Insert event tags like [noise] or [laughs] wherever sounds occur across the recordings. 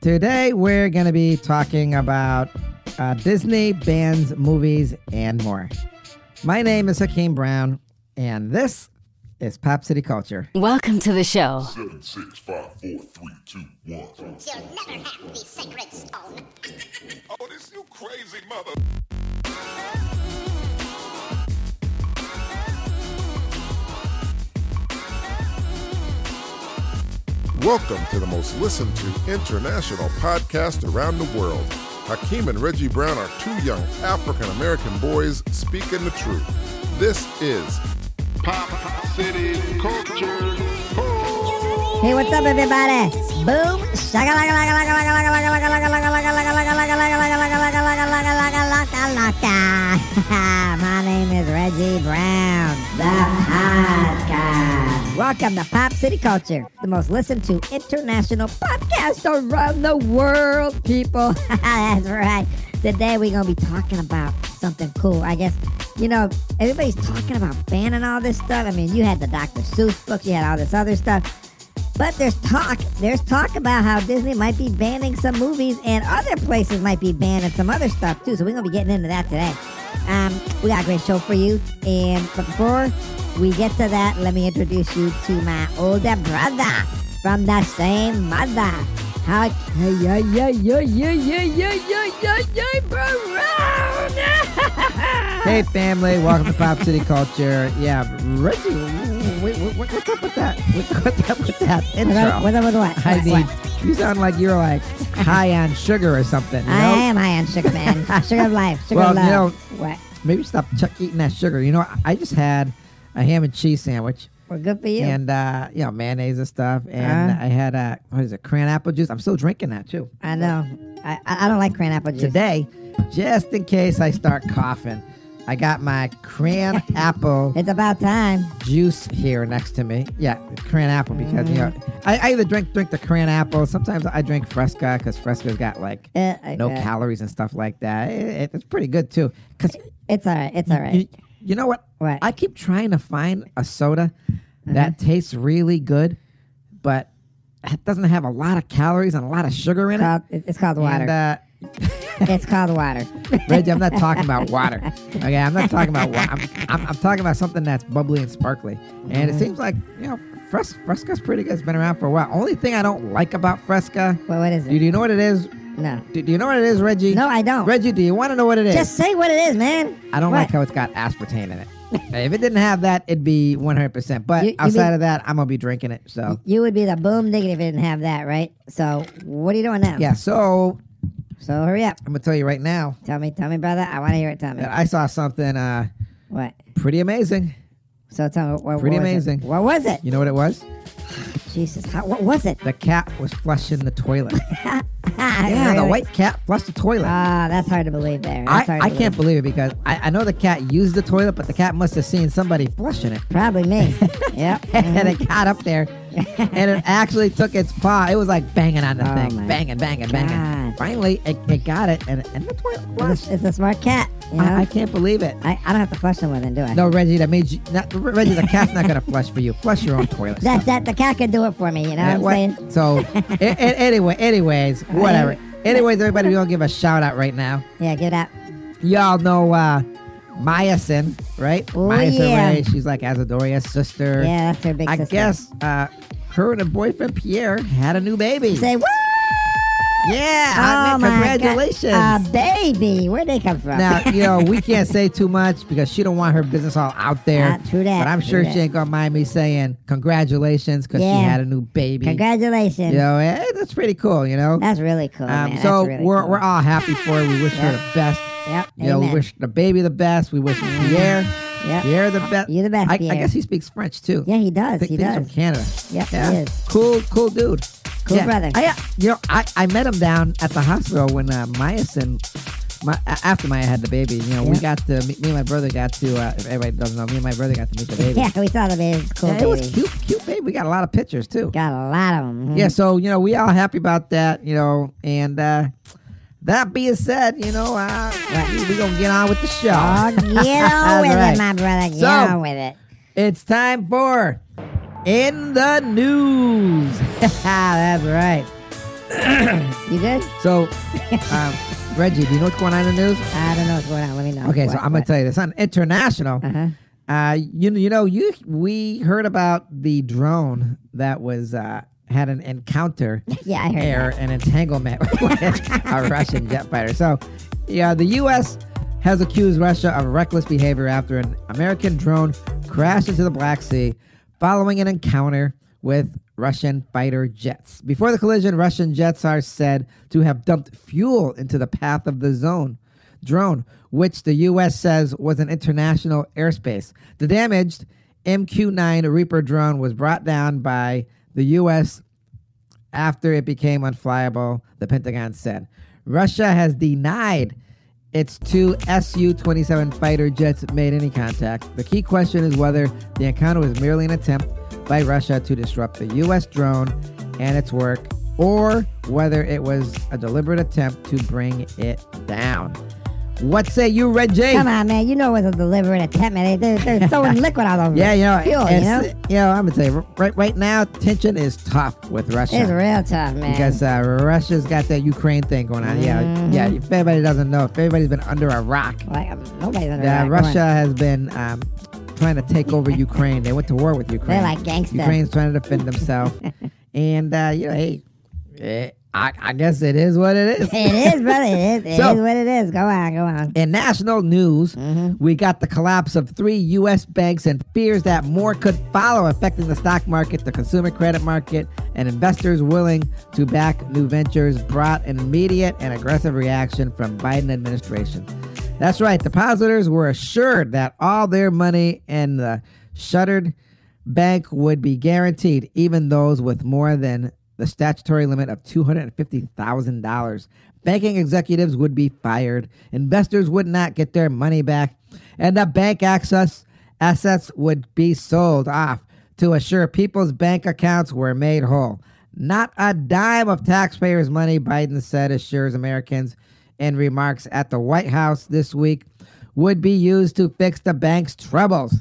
Today, we're going to be talking about uh, Disney, bands, movies, and more. My name is Hakeem Brown, and this is Pop City Culture. Welcome to the show. Seven, six, five, four, three, two, one. You'll never have the sacred stone. Oh, this you crazy mother. Welcome to the most listened to international podcast around the world. Hakeem and Reggie Brown are two young African American boys speaking the truth. This is Pop City Culture. Hey, what's up, everybody? Boom! My name is Reggie Brown, the podcast. Welcome to Pop City Culture, the most listened to international podcast around the world, people. That's right. Today we're gonna be talking about something cool. I guess you know everybody's talking about banning all this stuff. I mean, you had the Dr. Seuss books, you had all this other stuff. But there's talk. There's talk about how Disney might be banning some movies and other places might be banning some other stuff too. So we're gonna be getting into that today. Um, we got a great show for you. And but before we get to that, let me introduce you to my older brother from the same mother. How yeah yeah yeah yeah yeah yeah yeah yeah yeah [laughs] Brown. Hey, family, welcome to Pop City Culture. Yeah, Reggie, wait, wait, what- what's up with that? What- What's up with that intro? What up with what? I What's mean, what? you sound like you're like high on sugar or something. You know? I am high on sugar, man. [laughs] Sugar of life. Sugar Well, of you love. know- what? Maybe stop chuck E. eating that sugar. You know, I- I just had a ham and cheese sandwich We're good for you. and uh, you know mayonnaise and stuff, and Uh-huh. I had a what is it, cran apple juice. I'm still drinking that too I know. I, I I don't like cran apple juice. today, just in case I start coughing. I got my cran apple It's about time. juice here next to me. Yeah, cran apple because you know I, I either drink drink the cran apple. Sometimes I drink Fresca because Fresca's got like Uh, I- no uh, calories and stuff like that. It- it- it's pretty good too. Cause It's all right. It's all you, right. you know what? What? Uh-huh. I keep trying to find a soda that tastes really good, but it doesn't have a lot of calories and a lot of sugar in it. Called- it- it's called water. And, uh, it's called water. Reggie, I'm not talking about water. Okay, I'm not talking about water. I'm, I'm, I'm talking about something that's bubbly and sparkly. And Mm-hmm. it seems like, you know, Fres- Fresca's pretty good. It's been around for a while. Only thing I don't like about Fresca, well, what is do it? you know what it is? No. Do, do you know what it is, Reggie? No, I don't. Reggie, do you want to know what it is? Just say what it is, man. I don't What? like how it's got aspartame in it. if it didn't have that, it'd be 100%. But You- you outside mean- of that, I'm going to be drinking it. So, You would be the boom diggity if it didn't have that, right? So what are you doing now? yeah, so So hurry up. I'm going to tell you right now Tell me, tell me, brother. I want to hear it. Tell me. that I saw something uh, what? pretty amazing. So tell me. What, what Pretty was it? amazing. What was it? You know what it was? Jesus. How, what was it? [laughs] The cat was flushing the toilet. yeah, yeah, the white cat flushed the toilet. Ah, that's hard to believe there. I, That's hard to I can't believe it because I, I know the cat used the toilet, but the cat must have seen somebody flushing it. [laughs] Probably me. yep. and it got up [laughs] there and it actually took its paw. It was like banging on the Oh thing. my Banging, banging, banging. God. Finally, it, it got it and, and the toilet It's, flushed. it's a smart cat. You know? I, I can't believe it. I, I don't have to flush them with it, do I? No, Reggie, that made you. Not, Reggie, the cat's not going to flush for you. Flush your own toilet. That, that the cat can do it for me, you know Yeah, what I'm what- saying? [laughs] So, a- a- anyway, anyways, whatever. Anyways, everybody, we're going to give a shout out right now. Yeah, get up. Y'all know uh Myasin, right? Oh, Myasin yeah. Ray. She's like Azadoria's sister. Yeah, that's her big I sister. guess uh her and her boyfriend Pierre had a new baby. Say what? yeah, I oh mean, my Ah, Uh, congratulations. God. A baby. Where'd they come from? now, you know, we can't say too much because she don't want her business all out there. Ah, true that, But I'm true sure that. she ain't gonna mind me saying congratulations because Yeah. she had a new baby. [laughs] Congratulations. You know, eh, that's pretty cool, you know. That's really cool. Um, man. That's so really we're, cool. we're all happy for her. We wish her Yeah. the best. Yep. You know, we amen. wish the baby the best. We wish Pierre, Yep. Pierre the best. You're Ah, the best, I, I Pierre. guess he speaks French too. Yeah, he does. I think he he's does. from Canada. Yep, he yeah. is. Cool, cool dude. Cool Yeah. brother. I, uh, you know, I, I met him down at the hospital when uh, Myasin, my, a- after Maya had the baby. You know, we Yeah. got to me, me and my brother got to. Uh, if everybody doesn't know, me and my brother got to meet the baby. yeah, we saw the baby. It's cool Yeah, baby. it was cute, cute baby. We got a lot of pictures too. Got a lot of them. Yeah, so you know, we all happy about that, you know, and uh that being said, you know, uh, we gonna get on with the show. Oh, [laughs] get on [laughs] with That's right. it, my brother. Get So- on with it. It's time [laughs] for in the news. That's ah, right. [clears throat] You good? So, um, Reggie, do you know what's going on in the news? I don't know what's going on. Let me know. Okay, so I'm gonna tell you this on international. Uh huh. Uh, you you know you we heard about the drone that was uh, had an encounter Yeah, I heard. air and entanglement [laughs] with a Russian jet fighter. So, yeah, the U.S. has accused Russia of reckless behavior after an American drone crashed into the Black Sea following an encounter with Russian fighter jets. Before the collision, Russian jets are said to have dumped fuel into the path of the zone drone, which the U.S. says was an international airspace. The damaged MQ-9 Reaper drone was brought down by the U.S after it became unflyable, the Pentagon said. Russia has denied its two Su 27 fighter jets made any contact. The key question is whether the encounter was merely an attempt by Russia to disrupt the U.S. drone and its work, or whether it was a deliberate attempt to bring it down. What say you, Red J? Come on, man. You know it was a deliberate attempt, man. They, they're, [laughs] they're throwing liquid all over Yeah, you know, fuel, you know? it's- you know, I'm gonna tell you right right now, tension is tough with Russia. It's real tough, man. Because uh, Russia's got that Ukraine thing going on. Mm-hmm. Yeah, yeah. If everybody doesn't know, if everybody's been under a rock, like, um, nobody's under yeah, that. Russia has been um, trying to take over Ukraine. They went to war with Ukraine. like gangsta. Ukraine's trying to [laughs] defend themselves, and uh, you know, hey, eh, I, I guess it is what it is. It is, brother. It is. It [laughs] is So- what it is. Go on, go on. In national news, we got the collapse of three U.S. banks and fears that more could follow, affecting the stock market, the consumer credit market, and investors willing to back new ventures brought an immediate and aggressive reaction from Biden administration. That's right. Depositors were assured that all their money in the shuttered bank would be guaranteed, even those with more than the statutory limit of $250,000. Banking executives would be fired, investors would not get their money back, and the bank access assets would be sold off to assure people's bank accounts were made whole. Not a dime of taxpayers' money, Biden said, assures Americans in remarks at the White House this week, would be used to fix the bank's troubles.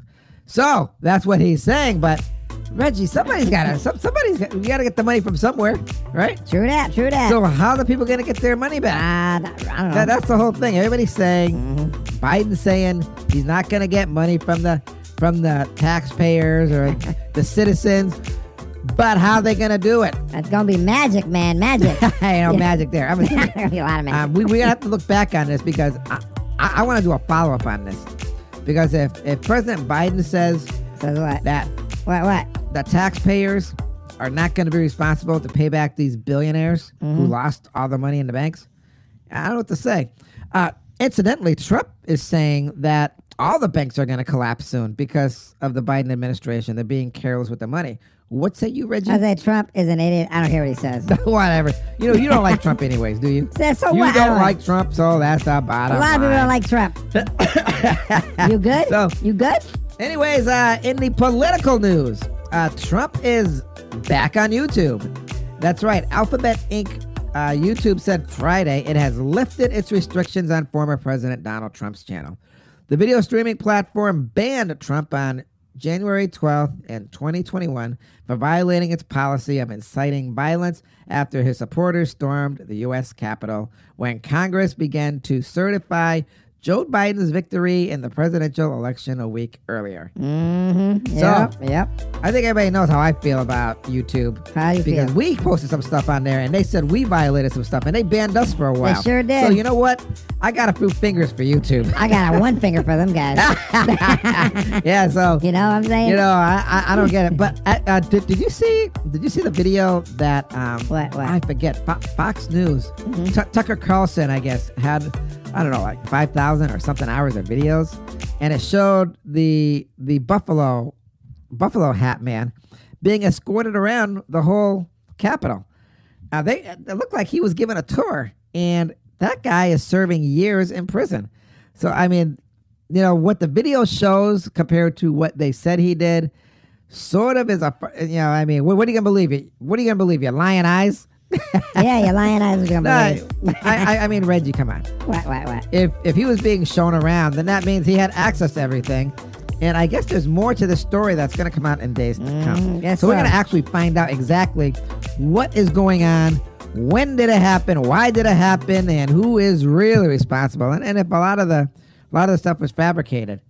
So that's what he's saying. But Reggie, somebody's got to. [laughs] Some, somebody's got, you got to get the money from somewhere, right? True that, true that. So how the people gonna get their money back? uh, th- I don't know. Mm-hmm. That- that's the whole thing. Everybody's saying, Biden's saying he's not gonna get money from the from the taxpayers [laughs] or the citizens. But how they gonna do it? [laughs] That's going to be magic, man. Magic. [laughs] Hey, no magic there. I'm There's [laughs] a, going to be a lot of magic. um, we we have to look back on this because I I, I want to do a follow up on this because if if President Biden says so what? that What, what? the taxpayers are not going to be responsible to pay back these billionaires Mm-hmm. who lost all their money in the banks. I don't know what to say. Uh, incidentally, Trump is saying that all the banks are going to collapse soon because of the Biden administration. They're being careless with the money. What say you, Reggie? I say Trump is an idiot. I don't hear what he says. [laughs] Whatever. You know, you don't like Trump anyways, do you? [laughs] So- so you what? I don't don't like- like Trump, so that's the A bottom lot of people line. don't like Trump. you [laughs] good? So- you good? Anyways, uh, in the political news, uh, Trump is back on YouTube. That's right. Alphabet Inc. Uh, YouTube said Friday it has lifted its restrictions on former President Donald Trump's channel. The video streaming platform banned Trump on January 12th in 2021 for violating its policy of inciting violence after his supporters stormed the U.S. Capitol when Congress began to certify Joe Biden's victory in the presidential election a week earlier. So- Mm-hmm. Yep. yep. I think everybody knows how I feel about YouTube. How do you because feel? we posted some stuff on there and they said we violated some stuff and they banned us for a while. sure did. So you know what? I got a few fingers for [laughs] YouTube. [laughs] I got a one finger for them guys. yeah, so you know what I'm saying? you know, I, I, I don't get it. But uh, uh, did, did you see did you see the video that um What, Mm-hmm. what? I forget Fo- Fox News Tu- Tucker Carlson I guess had I don't know like five thousand or something hours of videos, and it showed the the Buffalo Buffalo Hat Man being escorted around the whole Capitol. Uh, they it looked like he was given a tour, and that guy is serving years in prison. So I mean, you know what the video shows compared to what they said he did, sort of is a you know I mean what, what are you gonna believe? You what are you gonna believe? Your lion eyes? [laughs] yeah, your lion eyes are gonna No, I, believe. I I mean Reggie, come on. What, what, what? If if he was being shown around, then that means he had access to everything. And I guess there's more to the story that's going to come out in days to come. guess so we're so. going to actually find out exactly what is going on when did it happen, why did it happen, and who is really responsible, and, and if a lot of the a lot of the stuff was fabricated,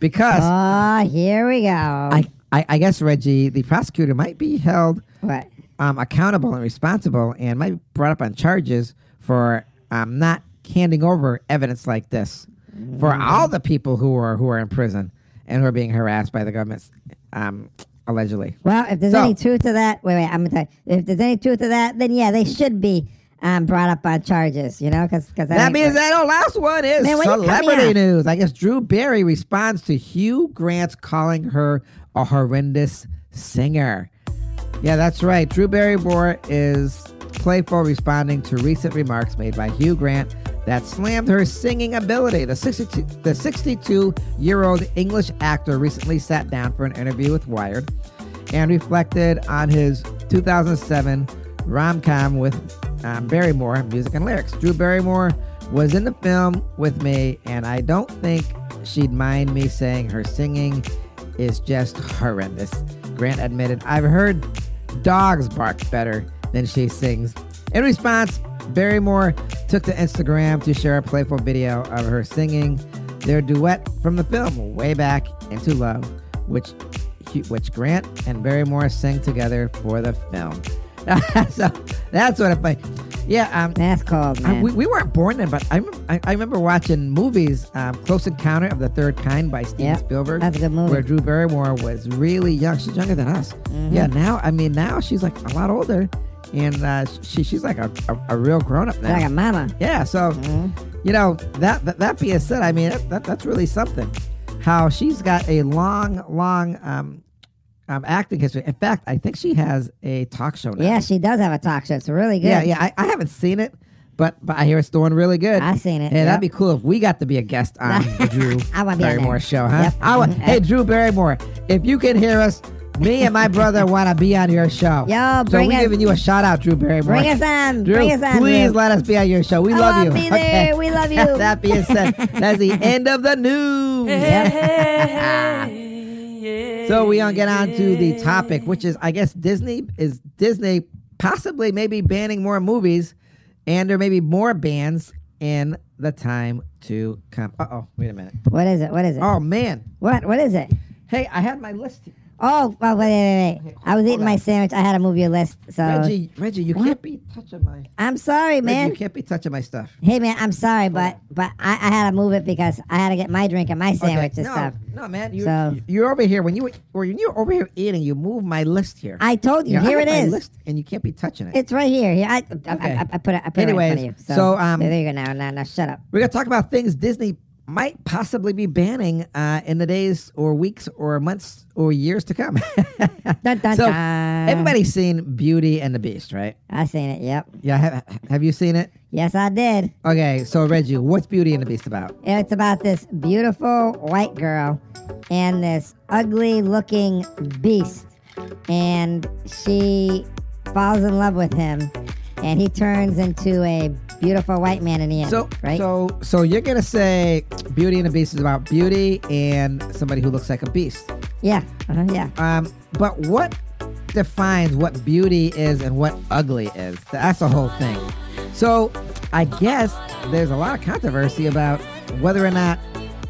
because Oh, here we go. I, I I guess Reggie, the prosecutor might be held what? um, accountable and responsible, and might be brought up on charges for um, not handing over evidence like this for Mm. all the people who are who are in prison and who are being harassed by the government, um, allegedly. Well, if there's So- any truth to that, wait, wait, I'm gonna tell you. If there's any truth to that, then yeah, they should be um, brought up on charges, you know, because that, That ain't means right. that oh, last one is Man, why you cut me celebrity off? news. I guess Drew Barry responds to Hugh Grant's calling her a horrendous singer. Yeah, that's right. Drew Barrymore is playful, responding to recent remarks made by Hugh Grant that slammed her singing ability. The 62 the 62 year old English actor recently sat down for an interview with Wired and reflected on his 2007 rom com with um, Barrymore, music and lyrics. Drew Barrymore was in the film with me, and I don't think she'd mind me saying her singing is just horrendous. Grant admitted, I've heard dogs bark better than she sings. In response, Barrymore took to Instagram to share a playful video of her singing their duet from the film Way Back Into Love, which which Grant and Barrymore sang together for the film. [laughs] so that's what I play. Yeah, um, That's cold, I- man. we, we weren't born then, but I, rem- I, I remember watching movies, um, Close Encounter of the Third Kind by Steven Yeah, Spielberg. that's a good movie. Where Drew Barrymore was really young. She's younger than us. Mm-hmm. Yeah, now, I mean, now she's like a lot older, and uh, she, she's like a, a, a real grown up now. like a Mm-hmm. mama. Yeah, so you know that, that that being said, I mean that, that that's really something. How she's got a long, long um, um, acting history. In fact, I think she has a talk show now. Yeah, she does have a talk show. It's really good. yeah, yeah. I, I haven't seen it, but but I hear it's doing really good. I seen it, Hey, yep. that'd be cool if we got to be a [laughs] guest on the Drew I wanna be on Barrymore there. show, huh? Yep. [laughs] I wa- hey, Drew Barrymore, if you can hear us. Me and my [laughs] brother want to be on your show. Yo, so bring we us- giving you a shout out, Drew Barrymore. Bring us on. Drew, Bring us on. please Drew. let us be on your show. We I love wanna you. be there. We love [laughs] you. that being said, that's [laughs] the end of the news. [laughs] so we gonna get on to the topic, which is I guess Disney is Disney possibly maybe banning more movies, and there may be more bans in the time to come. Uh oh, wait a minute. What is it? What is it? Oh man. What? What is it? Hey, I had my list. here. Oh, well, wait, wait, wait, wait. I was hold eating my on. sandwich. I had to move your list. So Reggie, Reggie, you can't be touching my. Reggie, I'm sorry, man. you can't be touching my stuff. Hey, man, I'm sorry, but but I, I had to move it because I had to get my drink and my Okay, sandwich and no, stuff. No, man, you So- you're over here when you or when you're over here eating, you move my list here. I told you. Yeah, I here have it my is. list, and you can't be touching it. It's right here. Here, I, I, Okay. I, I, I put it. I put it right in front Anyways, of you. So, so, um, there you go. Now, now, now, shut up. We're gonna talk about things Disney might possibly be banning uh, in the days or weeks or months or years to come. [laughs] Dun, dun, so dun. everybody's seen Beauty and the Beast, right? I seen it. Yep. Yeah, have, have you seen it? Yes, I did. Okay, so Reggie, what's Beauty and the Beast about? It's about this beautiful white girl and this ugly looking beast. And she falls in love with him. And he turns into a beautiful white man in the end. So, right? so, so you're gonna say Beauty and the Beast is about beauty and somebody who looks like a beast. yeah. Uh-huh, yeah. Um, but what defines what beauty is and what ugly is? That's the whole thing. So I guess there's a lot of controversy about whether or not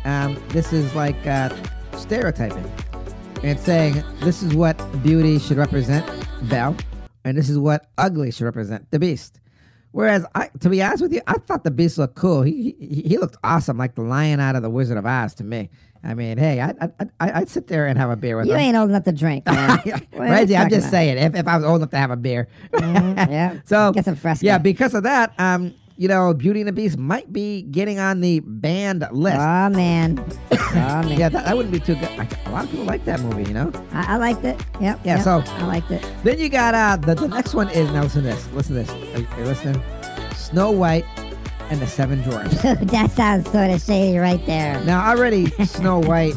um, this is like uh, stereotyping and saying this is what beauty should represent, Belle, and this is what ugly should represent, the beast. Whereas, I, to be honest with you, I thought the beast looked cool. He, he he looked awesome, like the lion out of the Wizard of Oz to me. I mean, hey, I I I- I'd sit there and have a beer with You him. ain't old enough to [laughs] drink, man. What are you Reggie, I'm talking just about? Mm-hmm. saying, if, if I was old enough to have a beer. [laughs] yeah. so Get some Fresca. Yeah, because of that, um, you know, Beauty and the Beast might be getting on the banned list. [coughs] Oh, man. Oh, [laughs] man. yeah, that, that wouldn't be too good. Like, a lot of people like that movie, you know. I, I liked it. Yep. Yeah, yep, so- I liked it. [laughs] Then you got uh, the the next one is now listen to this, listen to this. Are, are you listening? Snow White and the Seven Dwarfs. [laughs] that sounds sort of shady right there. Now, already Snow White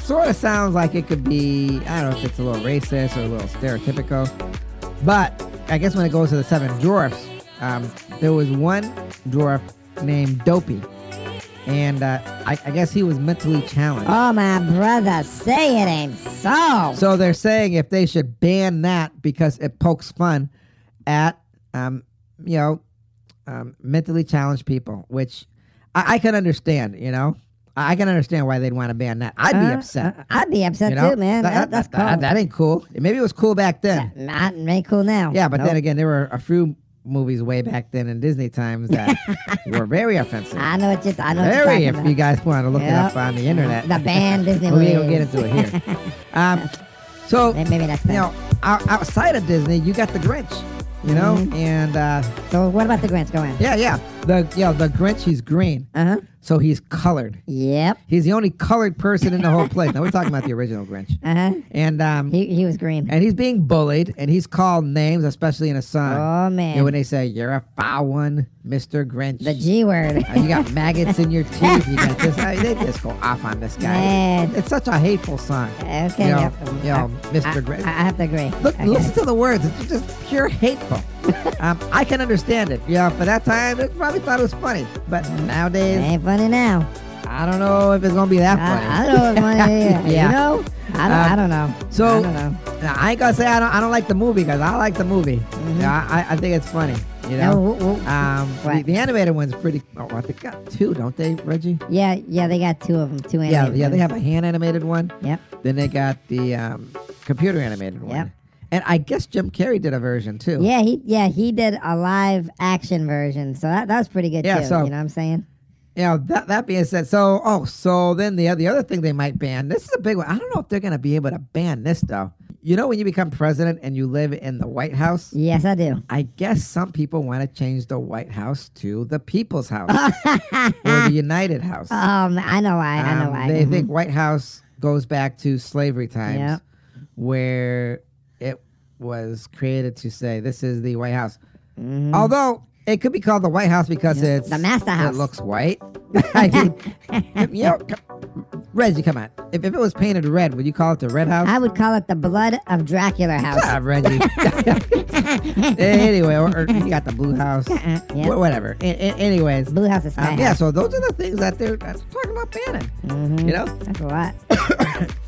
sort of sounds like it could be, I don't know if it's a little racist or a little stereotypical, but I guess when it goes to the seven dwarfs, um, there was one dwarf named Dopey, and uh, I, I guess he was mentally challenged. Oh, my brother, say it ain't so. So they're saying if they should ban that because it pokes fun at um, you know, um, mentally challenged people, which I, I can understand. You know, I, I can understand why they'd want to ban that. I'd be Uh, upset. uh, I'd be upset you know? too, man. That, that's cool. that, that ain't cool. Maybe it was cool back then. Not very cool now. Yeah, but Nope. then again, there were a few movies way back then in Disney times [laughs] that were very offensive. I know what you're. I know what Very, you're if talking you about. guys want to look it up Yep. on the internet. The band [laughs] Disney we ain't gonna get movies. into it [laughs] here. um, so, May- Maybe next you time. know, out- outside of Disney, you got the Grinch, you know, Mm-hmm. and uh, so what about the Grinch? Go on. yeah, yeah, the you know, the Grinch, he's green, Uh huh. so he's colored. Yep. He's the only colored person in the whole place. Now we're talking about the original Grinch, Uh huh. and um, He he was green. and he's being bullied, and he's called names, especially in a song. Oh, You man. know, when they say you're a foul one, Mister Grinch. the G word. Uh, you got maggots in your teeth. You got this. I, they just go off on this guy. Man. It's such a hateful song. [laughs] Okay. You know, yep. you know, I, Mr. Grinch. I, I have to agree. Look, Okay. listen to the words. It's just pure [laughs] hateful. um, I can understand it. Yeah, for that time, they probably thought it was funny. But Mm-hmm. nowadays, Ain't funny now. Uh, I don't know if it's gonna be that funny. I, I don't know if [laughs] funny. Yeah. You know? I don't, Uh, I don't know. so- I don't know. [laughs] Now, I ain't gonna say I don't. I don't like the movie because I like the movie. Yeah, I, I think it's funny. You No, know. w- w- Um, the, What? the animated one's pretty. Oh, I think got two, don't they, Reggie? yeah, yeah, they got two of them. Two Yeah, animated yeah. They ones. have a hand animated one. Yep. Then they got the um, computer animated one. Yep. And I guess Jim Carrey did a version too. Yeah, he yeah he did a live action version, so that, that was pretty good Yeah, too. so- you know what I'm saying? Now that that being said, so oh, so then the the other thing they might ban. This is a big one. I don't know if they're gonna be able to ban this though. You know, when you become president and you live in the White House, Yes, I do. I guess some people want to change the White House to the People's House or [laughs] the United House. Um, I know why. I know Um, why. They Mhm. think White House goes back to slavery times, Yep. where it was created to say this is the White House. Although it could be called the White House because it's Mm-hmm. The Master House. It looks white. [laughs] [laughs] I mean, you know, c- Reggie, come on. If, if it was painted red, would you call it the Red House? Mm-hmm. I would call it the blood of Dracula house. Ah, [laughs] Reggie. [laughs] anyway, or, or you got the Blue House. Uh-uh, yeah. Wh- Whatever. A- a- anyways. Blue house is Um, sky. yeah, so those are the things that they're that's talking about banning. Mm-hmm. You know, that's a lot.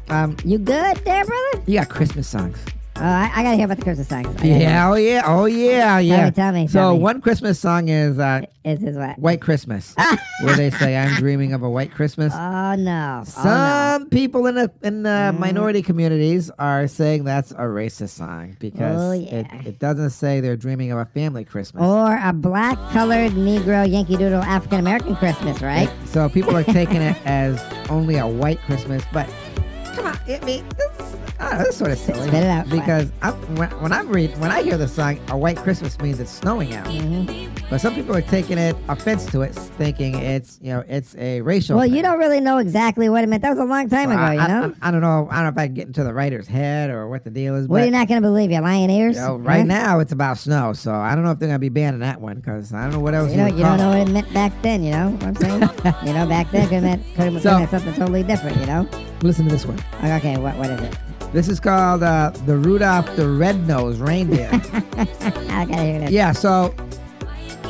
um, You good there, brother? you got Christmas songs. Oh, I, I gotta hear about the Christmas songs. I gotta hear. Yeah, oh yeah, oh yeah, yeah. me, tell me, So tell me. one Christmas song is uh, Is is what? "White [laughs] Christmas," where they say, "I'm dreaming of a white Christmas." Oh Mm. no. Oh, no. Some people in the in the minority communities are saying that's a racist song because Oh, yeah. it, it doesn't say they're dreaming of a family Christmas. Or a black colored Negro Yankee Doodle African American Christmas, right? So people are taking it as only a white Christmas, but come on, it me this, I don't know, this is sort of silly. Spit it out, Clay. because I'm, when, when I'm read when I hear the song, a white Christmas means it's snowing out. Mm-hmm. But some people are taking it offense to it, thinking it's you know it's a racial. Well, you thing. don't really know exactly what it meant. That was a long time Well, ago, I, you I- know? I, I don't know. I don't know if I can get into the writer's head or what the deal is. Well, but you're not gonna believe your lying ears. you know, right huh? now it's about snow, so I don't know if they're gonna be banning that one because I don't know what else You, know, would you don't call it. know what it meant back then, you know what [laughs] I'm saying? you know, back then could have meant, could have So- meant something totally different, you know? Listen to this one. Okay, what, what is it? This is called uh, the Rudolph the Red-Nosed [laughs] Reindeer. I gotta hear this. Yeah, so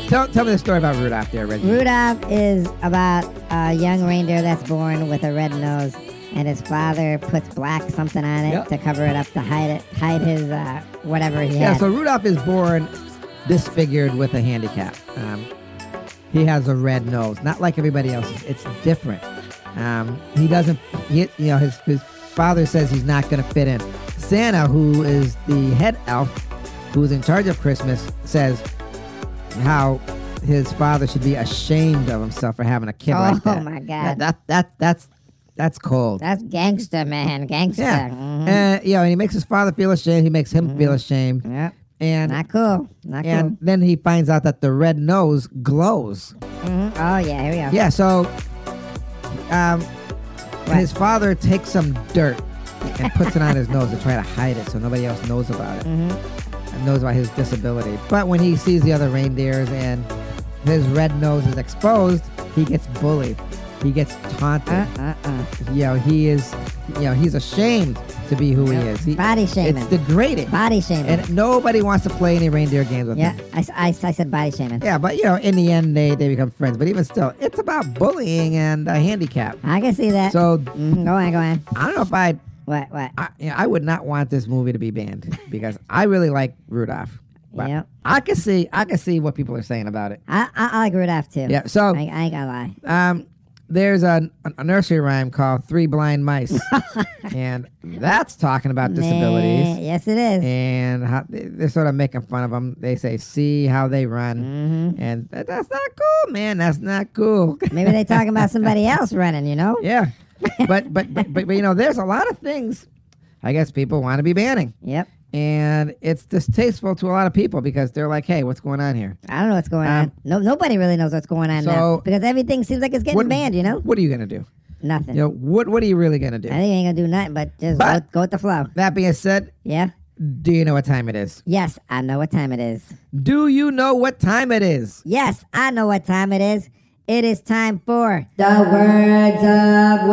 tell, tell me the story about Rudolph there, Reggie. Rudolph is about a young reindeer that's born with a red nose, and his father puts black something on it Yep. to cover it up to hide it, hide his uh, whatever he yeah, had. so Rudolph is born disfigured with a handicap. Um, he has a red nose, not like everybody else's. It's different. Um, he doesn't, he, you know, his, his father says he's not going to fit in. Santa, who is the head elf, who's in charge of Christmas, says how his father should be ashamed of himself for having a kid Oh, like that. my God. That, that, that, that's, that's cold. that's gangster, man, gangster. Yeah. Mhm. And, you know, and he makes his father feel ashamed. He makes him feel ashamed. Yep. And Mm-hmm. Not cool. Not and cool. then he finds out that the red nose glows. Mhm. Oh yeah, here we go. Yeah, so um, his father takes some dirt and puts it on his nose to try to hide it so nobody else knows about it. Mm-hmm. And knows about his disability. But when he sees the other reindeers and his red nose is exposed, he gets bullied. He gets taunted. Uh, uh. You know, he is you know, he's ashamed to be who he is. He, Body shaming. It's degrading. Body shaming. and nobody wants to play any reindeer games with yeah, him. I, s- I s- I said body shaming. Yeah, but you know, in the end, they, they become friends. But even still, it's about bullying and a handicap. I can see that. So Mhm, Go on, go on. I don't know if I'd, What, what? [laughs] I, you know, I would not want this movie to be banned because I really like Rudolph. But Yep. I can see I can see what people are saying about it. I, I, I like Rudolph too. Yeah. So I, I ain't gonna lie. um, there's a, a nursery rhyme called Three Blind [laughs] Mice. and that's talking about Man, disabilities. yes, it is. And how, they- they're sort of making fun of them. They say, see how they run. And that, that's not cool, man. That's not cool. [laughs] Maybe they talking about somebody else running. You know. yeah. But, but, but, but, but, you know, there's a lot of things I guess people want to be banning. Yep. And it's distasteful to a lot of people because they're like, hey, what's going on here? I don't know what's going Um, on. No, nobody really knows what's going on so- now because everything seems like it's getting What- banned. You know, What are you going to do? nothing. You know, what, what are you really going to do? I think you ain't gonna do nothing but just But- go, go with the flow. That being said, Yeah. do you know what time it is? Yes, I know what time it is. Do you know what time it is? Yes, I know what time it is. It is time for the words of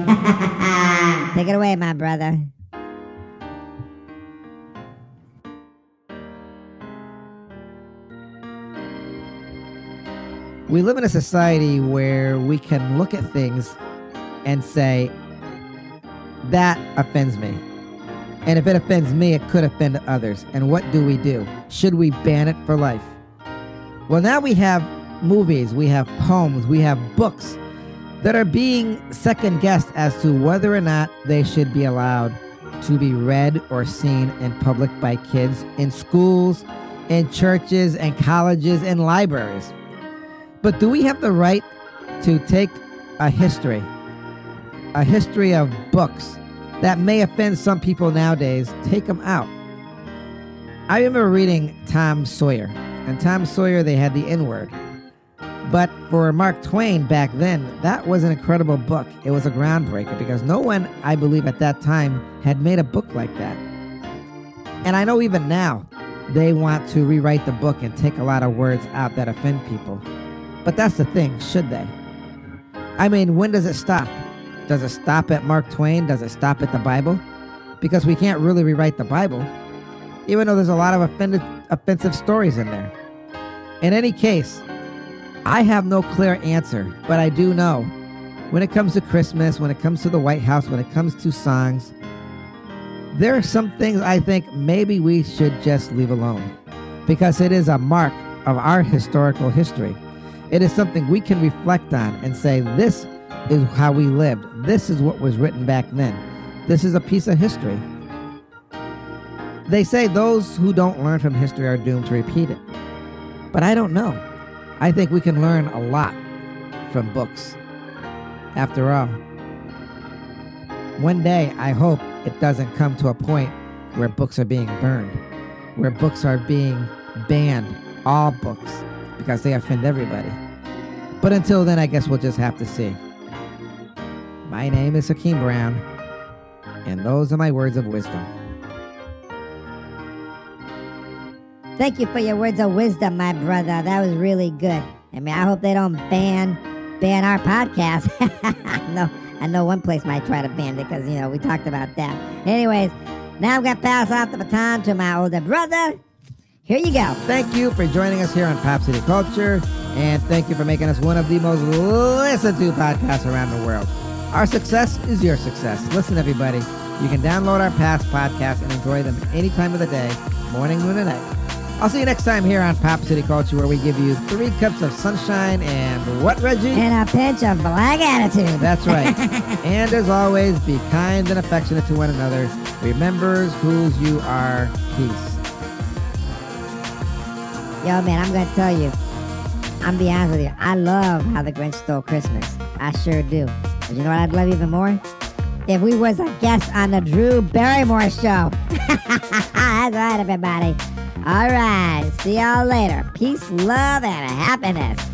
wisdom. [laughs] Take it away, my brother. We live in a society where we can look at things and say, that offends me. And if it offends me, it could offend others. And what do we do? Should we ban it for life? Well, now we have movies, we have poems, we have books that are being second guessed as to whether or not they should be allowed to be read or seen in public by kids in schools, in churches, and colleges, and libraries. But do we have the right to take a history, a history of books that may offend some people nowadays, take them out? I remember reading Tom Sawyer, and Tom Sawyer, they had the N word. But for Mark Twain back then, that was an incredible book. It was a groundbreaker because no one, I believe, at that time had made a book like that. And I know even now, they want to rewrite the book and take a lot of words out that offend people. But that's the thing, should they? I mean, when does it stop? Does it stop at Mark Twain? Does it stop at the Bible? Because we can't really rewrite the Bible, even though there's a lot of offended, offensive stories in there. In any case, I have no clear answer, but I do know when it comes to Christmas, when it comes to the White House, when it comes to songs, there are some things I think maybe we should just leave alone because it is a mark of our historical history. It is something we can reflect on and say, this is how we lived. This is what was written back then. This is a piece of history. They say those who don't learn from history are doomed to repeat it. But I don't know. I think we can learn a lot from books. After all, one day I hope it doesn't come to a point where books are being burned, where books are being banned, all books, because they offend everybody. But until then, I guess we'll just have to see. My name is Hakeem Brown, and those are my words of wisdom. Thank you for your words of wisdom, my brother. That was really good. I mean, I hope they don't ban ban our podcast. [laughs] I know, I know one place might try to ban it because you know we talked about that. Anyways, now I'm gonna pass off the baton to my older brother. Here you go. Thank you for joining us here on Pop City Culture, and thank you for making us one of the most listened to podcasts around the world. Our success is your success. Listen, everybody, you can download our past podcasts and enjoy them any time of the day, morning, noon, and night. I'll see you next time here on Pop City Culture, where we give you three cups of sunshine and what, Reggie? And a pinch of black attitude. That's right. and as always, be kind and affectionate to one another. Remember whose you are. Peace. Yo, man, I'm gonna tell you. I'm be honest with you. I love how the Grinch stole Christmas. I sure do. But you know what I'd love even more? If we was a guest on the Drew Barrymore show. [laughs] That's right, everybody. All right. See y'all later. Peace, love, and happiness.